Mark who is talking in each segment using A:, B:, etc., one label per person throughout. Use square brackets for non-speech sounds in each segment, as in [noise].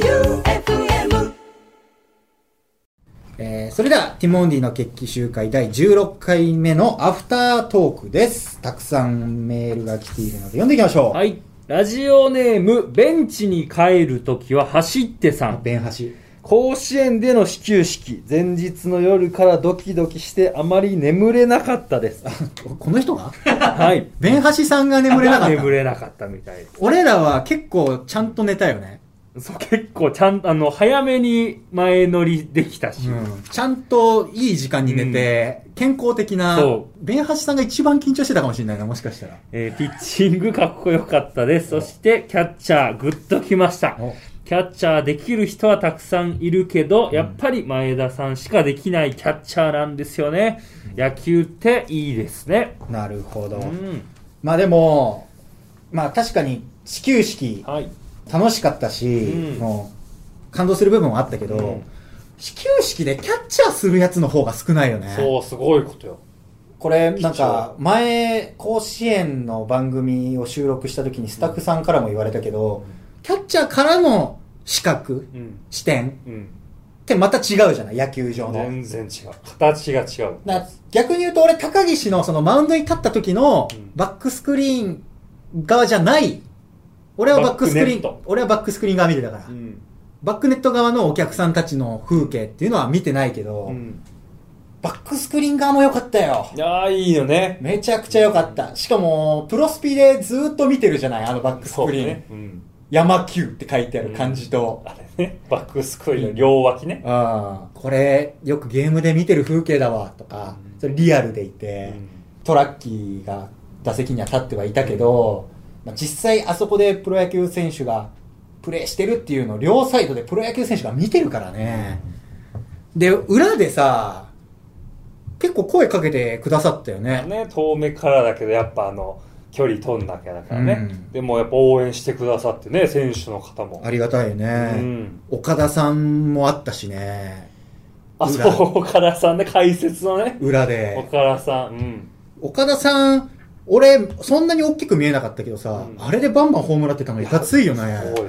A: J-O-E-U-F-M
B: えーそれでは、ティモンディの決起集会第16回目のアフタートークです。たくさんメールが来ているので読んでいきましょう。
C: はい。ラジオネーム、ベンチに帰るときは走ってさん。
B: ベンハシ。
C: 甲子園での始球式、前日の夜からドキドキしてあまり眠れなかったです。
B: この人 [laughs] が
C: はい。
B: ベンハシさんが眠れなかった
C: [laughs] 眠。れなかったみたい。
B: 俺らは結構ちゃんと寝たよね。
C: そう結構ちゃんあの、早めに前乗りできたし。
B: うん。ちゃんといい時間に寝て、健康的な
C: そ、
B: ベンハシさんが一番緊張してたかもしれないな、もしかしたら。
C: えーピッチングかっこよかったです。そして、キャッチャー、グッときました。キャッチャーできる人はたくさんいるけど、やっぱり前田さんしかできないキャッチャーなんですよね。野球っていいですね。
B: なるほど
C: う。ん。
B: まあでも、まあ確かに始球式
C: はい。
B: 楽しかったし、
C: うん
B: もう感動する部分はあったけど、
C: うん
B: 始球式でキャッチャーするやつの方が少ないよね。
C: そう、すごいことよ。
B: これなんか前甲子園の番組を収録した時にスタッフさんからも言われたけど、キャッチャーからの視覚、
C: うん。
B: 視点
C: うん。
B: ってまた違うじゃない野球場の。
C: 全然違う。形が違う。
B: だから逆に言うと俺高岸のそのマウンドに立った時の
C: うん
B: バックスクリーン側じゃない俺はバックスクリー
C: バックネッ
B: ン
C: ト
B: 俺はバックスクリーン側見てたから、
C: うん。
B: バックネット側のお客さんたちの風景っていうのは見てないけど、
C: うん。
B: バックスクリーン側も良かったよ
C: いやー、いいよね。
B: めちゃくちゃ良かったしかもプロスピでずーっと見てるじゃないあのバックスクリーン、
C: うん。
B: 山球って書いてある感じと、
C: あれね。バックスクリーンの両脇ね。
B: あーこれよくゲームで見てる風景だわとか、
C: うん
B: それリアルでいて、
C: うん
B: トラッキーが打席には立ってはいたけど、まあ、実際あそこでプロ野球選手がプレーしてるっていうのを両サイドでプロ野球選手が見てるからね。で、裏でさ、結構声かけてくださったよね。
C: ね、遠目からだけど、やっぱあの、距離飛んなきゃだからね。
B: うん
C: でもやっぱ応援してくださってね、選手の方も。
B: ありがたいね。
C: うん。
B: 岡田さんもあったしね。
C: あ、そう、岡田さんね、解説のね。
B: 裏で。
C: 岡田さん。うん。
B: 岡田さん、俺、そんなに大きく見えなかったけどさ、
C: うん
B: あれでバンバンホームランってたのいかついよね。
C: おい、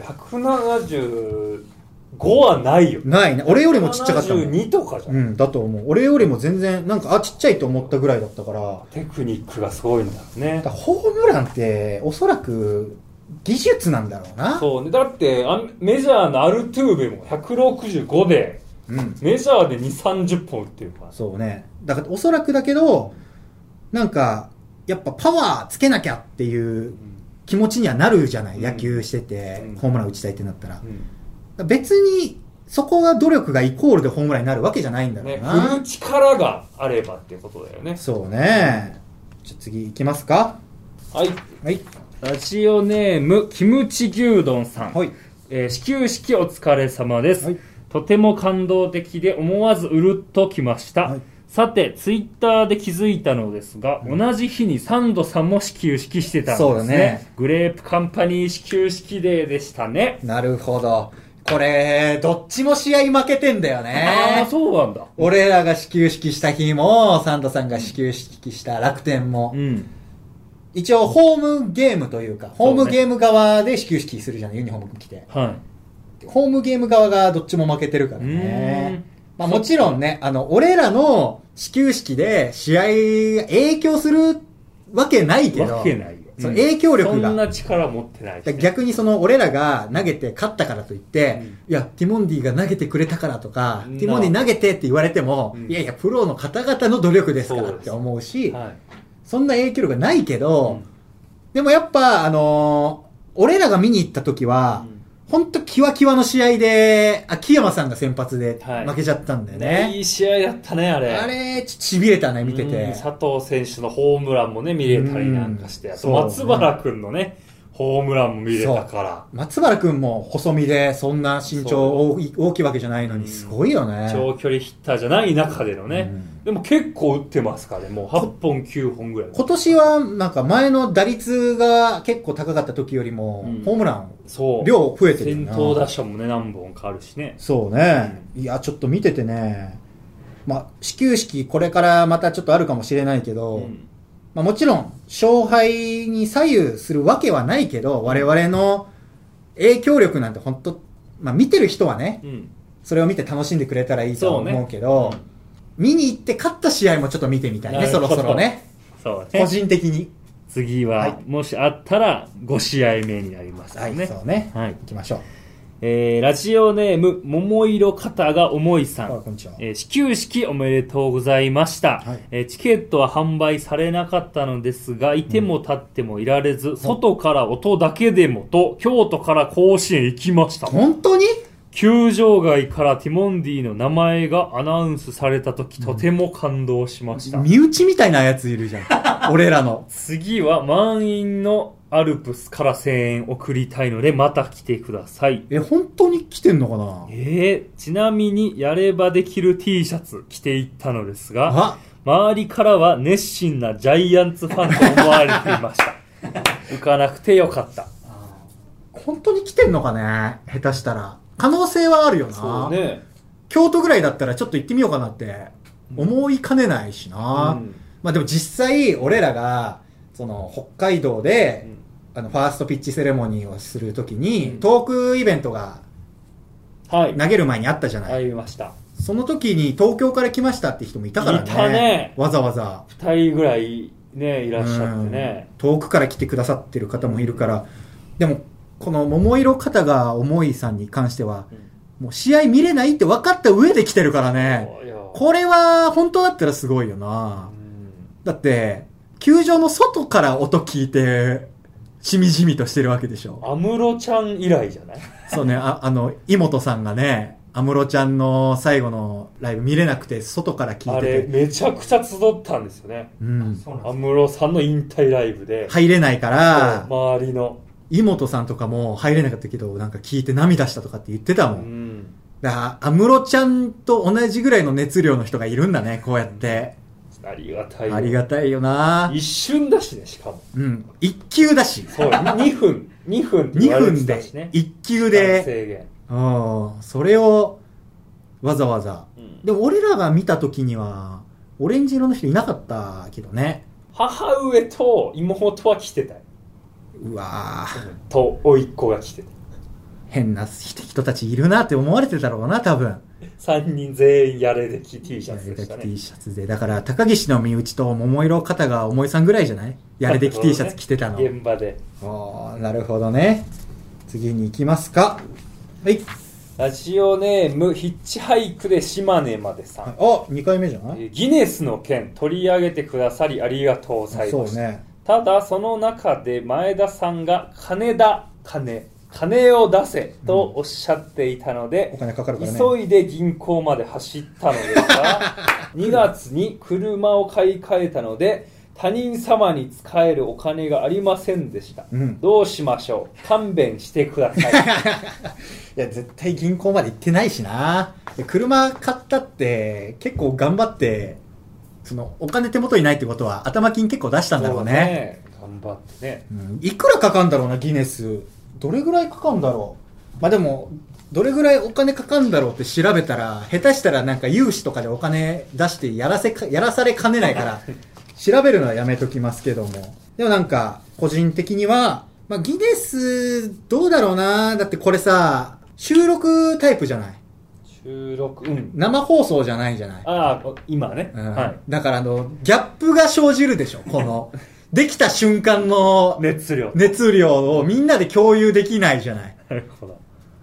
C: 175はないよ。
B: ないね。俺よりもちっちゃかったもん。
C: 72とかじゃん。
B: うん、だと思う。俺よりも全然、なんか、あ、ちっちゃいと思ったぐらいだったから、
C: テクニックがすごいんだろうね
B: だから。ホームランって、おそらく、技術なんだろうな。
C: そうね。だって、あメジャーのアルトゥーベも165で、
B: うん。
C: メジャーで2、30本打ってるから。
B: そうね。だから、おそらくだけど、なんか、やっぱパワーつけなきゃっていう気持ちにはなるじゃない、
C: うん
B: 野球してて、
C: うん
B: ホームラン打ちたいってなったら。だか
C: うん
B: ら別に、そこが努力がイコールでホームランになるわけじゃないんだろ
C: ね、
B: うな。
C: 振る力があればっていうことだよね。
B: そうね。じゃあ次行きますか。
C: はい。
B: はい。
C: ラジオネーム、キムチ牛丼さん。
B: はい。
C: えー始球式お疲れ様です、
B: はい
C: とても感動的で思わずうるっときました、
B: はい
C: さてツイッターで気づいたのですが、同じ日にサンドさんも始球式してたんですね
B: そうだね
C: グレープカンパニー始球式デーでしたね、
B: なるほど。これ、どっちも試合負けてんだよ
C: [laughs] ああ
B: ね。
C: そうなんだ
B: 俺らが始球式した日も、サンドさんが始球式した楽天も
C: う。ん
B: 一応、ホームゲームというか、ホームゲーム側で始球式するじゃない、ユニフォーム着て。
C: は
B: ホームゲーム側がどっちも負けてるから
C: い、うー
B: ね
C: ん。
B: まあもちろんね、あの、俺らの始球式で試合影響するわけないけど。
C: わけないよ
B: その影響力が
C: そんな力持ってないし
B: だか
C: ね、
B: ら逆にその俺らが投げて勝ったからといって、
C: うん
B: いや、ティモンディが投げてくれたからとか、
C: うん
B: ティモンディ投げてって言われても、
C: うん
B: いやいや、プロの方々の努力ですから
C: そう
B: っ
C: です
B: て思うし、
C: はい
B: そんな影響力がないけど、
C: うん
B: でもやっぱ、あのー俺らが見に行った時は、
C: うん
B: ほんとキワキワの試合で、秋山さんが先発で
C: はい
B: 負けちゃったんだよ
C: い
B: ね。
C: い試合だったねあれ
B: あれ、ちちびれたね、見てて。
C: うん佐藤選手のホームランもね見れたりなんかして、
B: うん
C: あと松原君のねホームランも見れたから、
B: 松原くんも細身で、そんな身長大き大きいわけじゃないのに、すごいよね。
C: 長距離ヒッターじゃない中でのね、
B: うん
C: でも結構打ってますからねもう8本9本ぐらい
B: 今年はなんか前の打率が結構高かった時よりも、
C: うん
B: ホームラン
C: そう
B: 量増えてるよ
C: 先
B: な
C: 頭打者もね何本かあるしね
B: そうね、いやちょっと見ててねまあ始球式これからまたちょっとあるかもしれないけど、
C: うん
B: まあ、もちろん勝敗に左右するわけはないけど我々の影響力なんて本当まあ見てる人はね、
C: うん。
B: それを見て楽しんでくれたらいいとは
C: そうね
B: 思うけど、見に行って勝った試合もちょっと見てみたいね、
C: なる
B: そ
C: ほ
B: ろ
C: ど
B: そろね。
C: そう
B: 個
C: ね。
B: 人的に。
C: 次
B: は、
C: はいもしあったら、5試合目になります
B: はい、
C: ね。
B: そうね。
C: はい
B: 行きましょう。
C: えーラジオネーム、桃色肩が重いさ
B: あ
C: ん。
B: こんにちは。
C: えー始球式おめでとうございました、
B: はい
C: えーチケットは販売されなかったのですが、いても立ってもいられず、外から音だけでもと、京都から甲子園行きました。
B: 本当に
C: 球場外からティモンディの名前がアナウンスされた時、とても感動しました。
B: 身内みたいなやついるじゃ [laughs] ん。俺らの。
C: 次は満員のアルプスから声援送りたいので、また来てください。
B: え、本当に来てんのかな
C: えー、ちなみにやればできる T シャツ着ていったのですが、
B: あ
C: 周りからは熱心なジャイアンツファンと思われていました [laughs] 浮かなくてよかった
B: 本当に来てんのかね下手したら。可能性はあるよな。
C: ね
B: 京都ぐらいだったらちょっと行ってみようかなって思いかねないしな。
C: うん
B: まあでも実際、俺らが、その、北海道で、あの、ファーストピッチセレモニーをするときに、
C: うん
B: トークイベントが
C: はい
B: 投げる前にあったじゃない。
C: 会いました
B: その時に東京から来ましたって人もいたからね。
C: いたね
B: わざわざ。
C: 2人ぐらいねいらっしゃってね
B: うん遠くから来てくださってる方もいるから、でもこの桃色肩が重いさんに関しては、もう試合見れないって分かった上で来てるからね。
C: そうよ
B: これは本当だったらすごいよな
C: う。ん
B: だって、球場の外から音聞いて、しみじみとしてるわけでしょ。
C: 安室ちゃん以来じゃない
B: そうね、ああの、妹さんがね、安室ちゃんの最後のライブ見れなくて、外から聞
C: あ
B: い
C: れ
B: てて。
C: めちゃくちゃ集ったんですよね
B: うん。
D: そうなんで
C: 安室さんの引退ライブで、
B: 入れないから、
C: 周りの、
B: 妹さんとかも入れなかったけど、なんか聞いて涙したとかって言ってた
C: う
B: もん。
C: ん、
B: だから、安室ちゃんと同じぐらいの熱量の人がいるんだね、こうやって。
C: ありがたいよ
B: ありがたいよな
C: 一瞬だしねしかも
B: うん。一級だし。
C: そう2分2分って言
B: 2
C: われ
B: 分
C: てた
B: で
C: しね、
B: 一級
C: で
B: で、
C: 制限
B: うん。それを、わざわざ。でも、俺らが見た時には、オレンジ色の人いなかったけどね。
C: 母上と妹は来てたよ
B: うわぁ、
C: と甥っ子が来てた
B: 変な人たちいるなって思われてたろうな、多分。
C: 3人全員やれでき T シャツ
B: やれ
C: で
B: で
C: し
B: き
C: た
B: T
C: ね
B: シャツで。だから、高岸の身内と桃色肩が重いさんぐらいじゃないやれでき T シャツ着てたの。
C: 現場で
B: おーなるほどね。次に行きますか。はい。
C: ラジオネームヒッチハイクで島根までさん、
B: あ、2回目じゃない
C: えーギネスの件取り上げてくださりありがとうござい
B: そ
C: ま
B: う
C: した、
B: ね。
C: ただその中で前田さんが金だ金金を出せとおっしゃっていたので、
B: お金かかるからね。
C: 急いで銀行まで走ったのです
B: [laughs]
C: が2月に車を買い替えたので他人様に使えるお金がありませんでした、
B: うん
C: どうしましょう勘弁してく
B: [laughs]
C: ださい
B: いや、絶対銀行まで行ってないしな。で車買ったって、結構頑張って、その、お金手元にないってことは、頭金結構出したんだろうね。
C: そうね頑張ってね
B: うん、いくらかかんだろうな、ギネス。どれぐらいかかんだろう。まあでも、どれぐらいお金かかんだろうって調べたら、下手したらなんか融資とかでお金出してやらせか、やらされかねないから、調べるのはやめときますけども。でもなんか、個人的には、まあギネス、どうだろうなだってこれさ、収録タイプじゃない。
C: 収録うん
B: 生放送じゃないじゃない。
C: ああ今ね、
B: うん
C: はい
B: だからあの、ギャップが生じるでしょ、こ
C: [laughs]
B: の。できた瞬間の
C: 熱量
B: 熱量をみんなで共有できないじゃない。だか
C: なるほど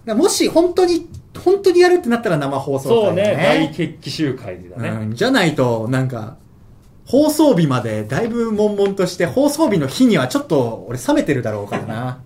B: らもし本当に、本当にやるってなったら生放送
C: そう
B: 会だ
C: ね大決起集会だね、
B: うん。じゃないと、なんか、放送日までだいぶ悶々として、放送日の日にはちょっと俺冷めてるだろうからな。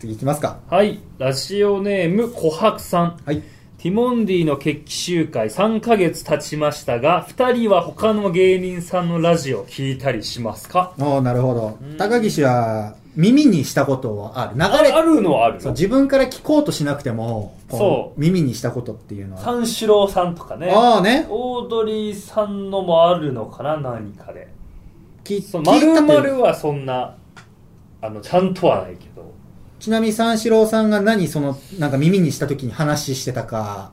B: 次行きますか。
C: はいラジオネーム琥珀さん
B: はい。
C: ティモンディの決起集会3ヶ月経ちましたが、2人は他の芸人さんのラジオ聞いたりしますか
B: おーなるほど。高岸は耳にしたことはある。流れ、
C: あるのはある
B: そう
C: よ。
B: 自分から聞こうとしなくても、こ。
C: そう
B: 耳にしたことっていうのは。
C: 三四郎さんとかね。
B: ああね。
C: オードリーさんのもあるのかな何かで。
B: き
C: そ
B: 聞
C: う、
B: いた
C: ま
B: という
C: る
B: か
C: まるはそんな、あの、ちゃんとはないけど。
B: ちなみに三四郎さんが何その、なんか耳にした時に話してたか、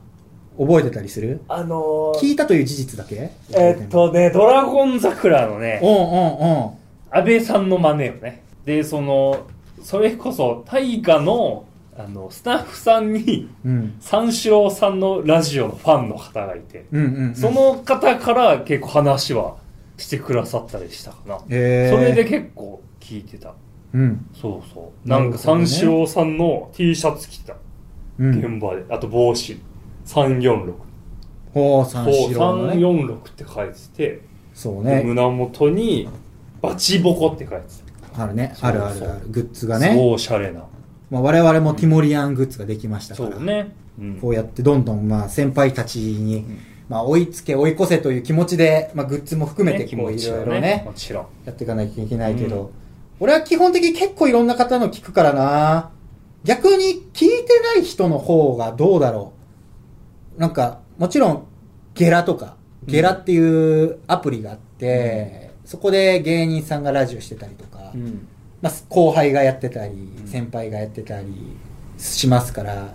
B: 覚えてたりする
C: あの
B: 聞いたという事実だけ
C: えっ。とね、ドラゴン桜のね
B: う、んうんうん。
C: 安倍さんの真似よね。で、その、それこそ、大河の、あの、スタッフさんに、
B: うん。
C: 三四郎さんのラジオのファンの方がいて、
B: うんうん、うん。
C: そ、の方から結構話はしてくださったりしたかな。
B: えー、
C: それで、結構聞いてた。
B: うん。
C: そうそう。
B: な
C: な
B: るほどね
C: んか三四郎さんの T シャツ着てた。
B: う
C: 現
B: ん。
C: 場で。あと帽子。346。
B: ほう、三
C: そう、
B: 四郎のね。
C: 346って書いて
B: そう
C: て、
B: ね。
C: 胸元に、バチボコって書いて
B: あるね。
C: そう
B: あ
C: そう
B: るあるある。グッズ
C: た。
B: が
C: すごい
B: ね。
C: おしゃれな。
B: まあ、我々もティモリアングッズができましたから。
C: そうね。うん
B: こうやってどんどん、まあ、先輩たちに、まあ、追いつけ、追い越せという気持ちで、まあ、グッズも含めて、こう、いろいろね
C: も、ちろん。
B: やっていかなきゃいけないけど、
C: うん
B: 俺は基本的に結構いろんな方の聞くからな逆に聞いてない人の方がどうだろうなんかもちろんゲラとか
C: うん
B: ゲラっていうアプリがあって、そこで芸人さんがラジオしてたりとか、
C: うん。
B: まあ、後輩がやってたり
C: うん
B: 先輩がやってたりしますから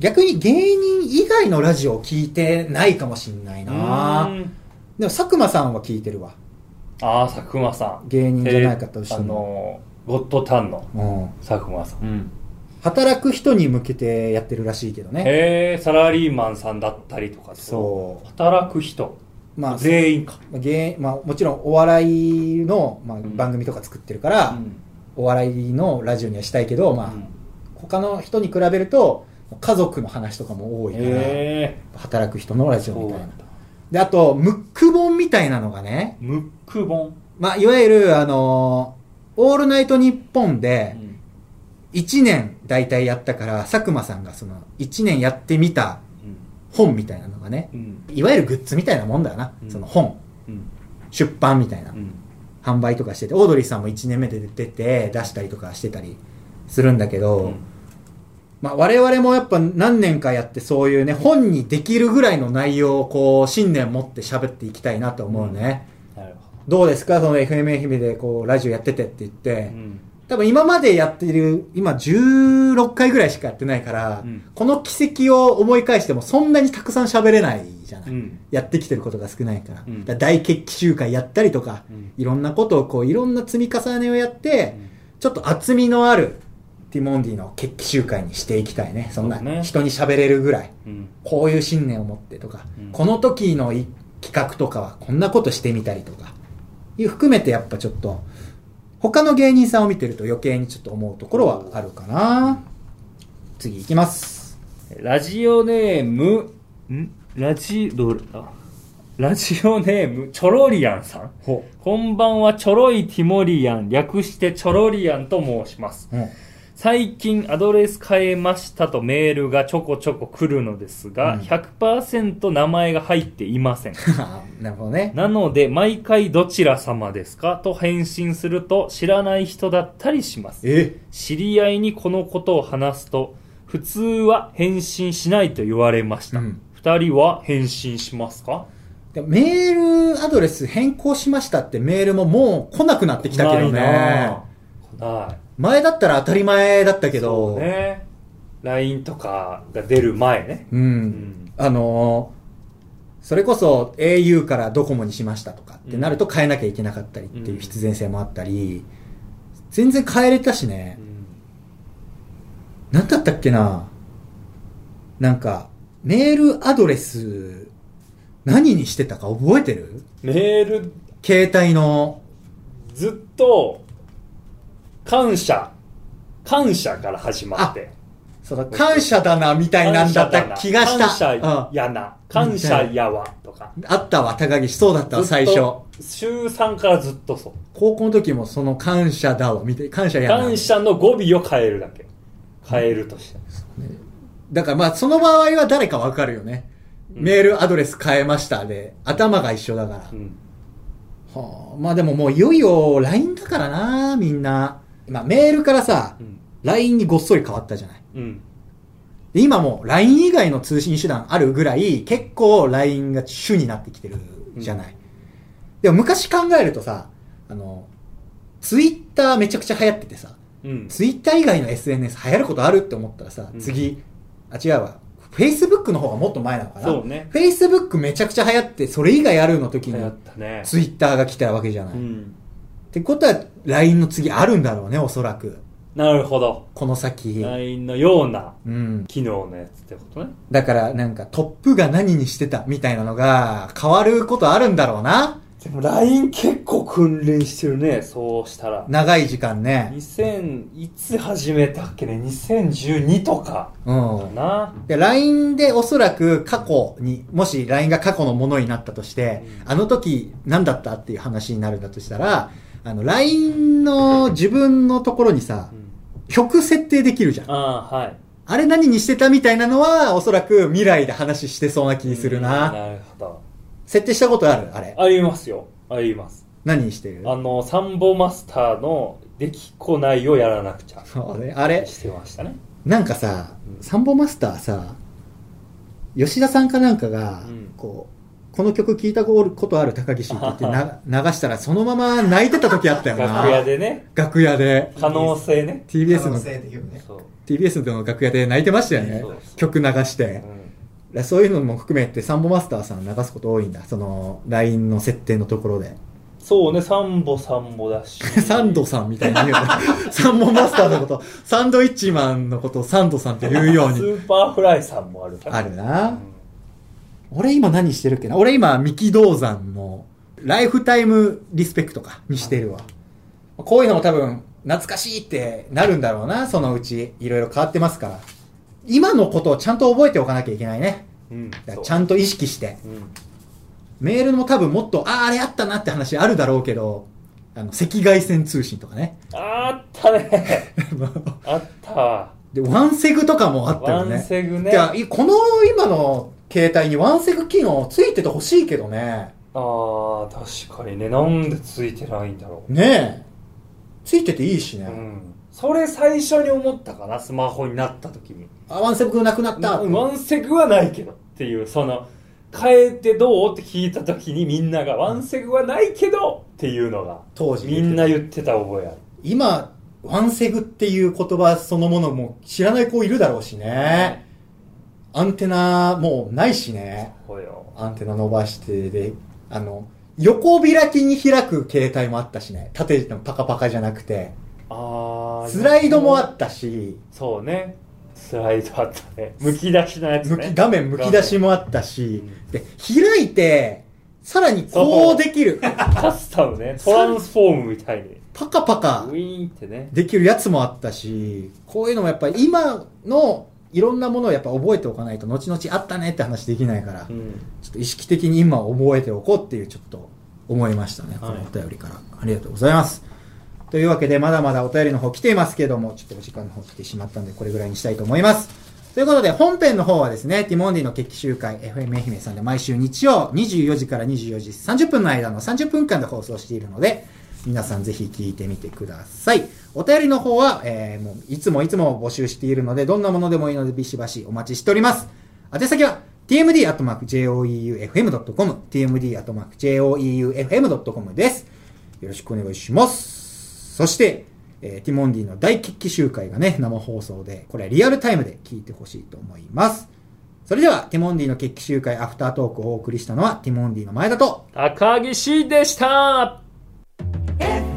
B: 逆に芸人以外のラジオを聞いてないかもしんないな
C: うん
B: でも佐久間さんは聞いてるわ
C: ああ、佐久間さん。
B: 芸人じゃなかったとして
C: あ
B: も、
C: のー、ゴッドタンの
B: うん
C: 佐久間さん。
B: 働く人に向けてやってるらしいけどね。
C: へえ、サラリーマンさんだったりとか。。
B: そう
C: 働く人。
B: う。まあ、
C: 全員か。
B: 芸まあ、もちろんお笑いの、まあ、
C: ん
B: 番組とか作ってるから、お笑いのラジオにはしたいけど、まあ、他の人に比べると、家族の話とかも多いから、
C: へえ。
B: 働く人のラジオ
C: そう
B: みたい
C: な。
B: なん
C: だ。
B: で、あと、ムック本みたいなのがね、
C: ムック本。
B: まあ、いわゆる、あのーオールナイトニッポンで、1年大体やったから、佐久間さんがその、1年やってみた本みたいなのがね、
C: うん。
B: いわゆるグッズみたいなもんだよな、
C: うん
B: その本
C: うん。
B: 出版みたいな、
C: うん。
B: 販売とかしててオードリーさんも1年目で出て出したりとかしてたりするんだけど、まあ、我々もやっぱ何年かやってそういうね本にできるぐらいの内容をこう信念持って喋っていきたいなと思うね、
C: なるほ
B: どうですかその FM 愛媛でこうラジオやっててって言って、
C: ど。うん。
B: 多分今までやってる今16回ぐらいしかやってないから、
C: うん
B: この奇跡を思い返してもそんなにたくさん喋れないじゃない、
C: うん。
B: やってきてることが少ないから,、
C: うん
B: 大決起集会やったりとか、
C: うん
B: いろんなことをこういろんな積み重ねをやって、ちょっと厚みのあるティモンディの決起集会にしていきたいねそんな
C: そうね
B: 人に喋れるぐらい
C: うん。
B: こういう信念を持ってとか、
C: うん
B: この時のい企画とかはこんなことしてみたりとかいう含めてやっぱちょっと他の芸人さんを見てると余計にちょっと思うところはあるかな次いきます
C: ラジオネーム、んラジ、どれだラジオネーム、チョロリアンさん。
B: ほ
C: こんばんは、チョロイティモリアン、略してチョロリアンと申します。
B: う、うん、 [laughs]
C: 最近アドレス変えましたとメールがちょこちょこ来るのですが、
B: うん
C: 100%名前が入っていません。 [laughs]
B: なるほどね
C: なので、毎回どちら様ですかと返信すると知らない人だったりします。
B: え
C: 知り合いにこのことを話すと、普通は返信しないと言われました。
B: うん
C: 二人は返信しますか
B: でメールアドレス変更しましたってメールももう来なくなってきたけど
C: 来ないな
B: ね。
C: ぁ来ない。
B: 前だったら当たり前だったけど、
C: そうね。LINE とかが出る前ね。
B: うん、
C: ん
B: あのーそれこそ au からドコモにしましたとかってなると変えなきゃいけなかったりっていう必然性もあったり、全然変えれたしね。なんだったっけななんか、メールアドレス、何にしてたか覚えてる
C: メール
B: 携帯の、
C: ずっと、感謝、感謝から始まって。
B: その感謝だな、みたいなんだった気がした。
C: 感謝
B: うん
C: やな、感謝やわ、とか。
B: あったわ、高岸。そうだったわ、
C: ずっ
B: 最
C: と
B: 初。
C: 週3からずっとそう。
B: 高校の時もその感謝だを見て、感謝やな
C: 感謝の語尾を変えるだけ。変えるとして。
B: だからまあ、その場合は誰かわかるよね。メールアドレス変えましたで、頭が一緒だから。
C: うん。
B: はあ、まあでももういよいよ LINE だからな、みんな。まあメールからさ、
C: うん。
B: LINE にごっそり変わったじゃない。
C: うん。
B: で今もう LINE 以外の通信手段あるぐらい、結構 LINE が主になってきてるじゃない。でも昔考えるとさ、あの、Twitter めちゃくちゃ流行っててさ、
C: うん。
B: ツイッター以外の SNS 流行ることあるって思ったらさ、
C: うん
B: 次、あ、違うわ。Facebook の方がもっと前なのかな。
C: そうね
B: Facebook めちゃくちゃ流行って、それ以外あるの時
C: 流行
B: に
C: ったね。
B: ツイッターが来たわけじゃない。
C: う
B: っ
C: ん。
B: てことは、LINE の次あるんだろうね、おそらく。
C: なるほど。
B: この先。
C: LINE のような
B: うん。
C: 機能のやつってことね。
B: だからなんかトップが何にしてたみたいなのが変わることあるんだろうな。
C: でも LINE 結構訓練してるね、そうしたら。
B: 長い時間ね。
C: 2000、いつ始めたっけね ?2012 とか
B: うん
C: か。な。
B: で、LINE でおそらく過去に、もし LINE が過去のものになったとして、
C: う
B: あの時何だったっていう話になるんだとしたら、あの、LINE の自分のところにさ
C: う、ん
B: 曲設定できるじゃん。
C: ああ、はい。
B: あれ何にしてたみたいなのは、おそらく未来で話してそうな気する
C: うん
B: な。
C: なるほど。
B: 設定したことあるあれ。
C: ありますよ。あります。
B: 何してる
C: あの、サンボマスターのできこないをやらなくちゃ。
B: そうね。あれ、
C: してましたね。
B: なんかさ
C: う、ん
B: サンボマスターさ、吉田さんかなんかが、
C: うん
B: こう、この曲聞いたことある高岸って言って
C: [laughs]
B: な流したら、そのまま泣いてた時あったよな。
C: 楽屋。でね。
B: 楽屋で。
C: 可能性ね。
B: TBS
D: 可能
B: の、
D: 性的にね
C: そう。
B: TBS の楽屋で泣いてましたよね
C: そうそう。
B: 曲流し
C: う
B: て。
C: ん
B: だからそういうのも含めて、サンボマスターさん流すこと多いんだ。その、LINE の設定のところで。。
C: そうね、サンボサンボだし
B: [laughs] サンドさんみたいに言う
C: [laughs]
B: の。サンボマスターのこと、サンドイッチマンのことをサンドさんって言うよう
C: ス [laughs]
B: に。
C: ーパーフライさんもあるから
B: ある
C: う。
B: なん俺今何してるっけな俺今、三木道山のライフタイムリスペクトか、にしてるわ。こういうのも多分、懐かしいってなるんだろうな、そのうち。いろいろ変わってますから。今のことをちゃんと覚えておかなきゃいけないね。
C: うん。
B: だから
C: そう
B: ちゃんと意識して。
C: うん
B: メールも多分もっと、ああ、あれあったなって話あるだろうけど、あの、赤外線通信とか
C: [laughs]
B: ね。
C: あったね。あったわ。
B: で、ワンセグとかもあった
C: ワ
B: よね。
C: ンセグね。
B: いや、いこの今の携帯にワンセグ機能ついててほしいけどね。
C: ああ、確かにね。なんでついてないんだろ
B: ねえ。ついてていいしね。
C: う。うん。それ最初に思ったかな、スマホになった時に。
B: あ、ワンセグなくなった。
C: うんワンセグはないけどっていう、その、変えてどうって聞いた時にみんなが、ワンセグはないけどっていうのが、
B: 当時。
C: みんな。言ってた覚えある。
B: 今、ワンセグっていう言葉そのものも知らない子いるだろうしね。アンテナもうないしね。
C: ほよ。
B: アンテナ伸ばしてで、あの、横開きに開く携帯もあったしね。縦のパカパカじゃなくて。
C: あー
B: スライドもあったし、
C: そうね。スライドあったね。むき出しのやつ
B: む
C: ね。
B: き、画面むき出しもあったし
C: うん、
B: で、開いて、さらにこうできる。
C: カスタムね。トランスフォームみたいに。
B: パカパカ
C: ウィーンってね。
B: できるやつもあったし、こういうのもやっぱり今のいろんなものをやっぱ覚えておかないと後々あったねって話できないから、
C: う
B: ちょ
C: ん。
B: っと意識的に今覚えておこうっていうちょっと思いましたね。こ
C: はい
B: のお便りから。ありがとうございます。というわけでまだまだお便りの方来ていますけども、ちょっとお時間の方来てしまったんでこれぐらいにしたいと思います。ということで、本編の方はですね、ティモンディの決起集会 FM 愛媛さんで毎週日曜24時から24時30分の間の30分間で放送しているので、皆さんぜひ聞いてみてください。お便りの方は、えーもういつもいつも募集しているので、どんなものでもいいのでビシバシお待ちしております。宛先は、tmd.joeufm.com、tmd.joeufm.com です。よろしくお願いします。そして、えーティモンディの大決起集会がね、生放送で、これはリアルタイムで聞いてほしいと思います。それでは、ティモンディの決起集会アフタートークをお送りしたのは、ティモンディの前田と、
C: 高岸でした
A: F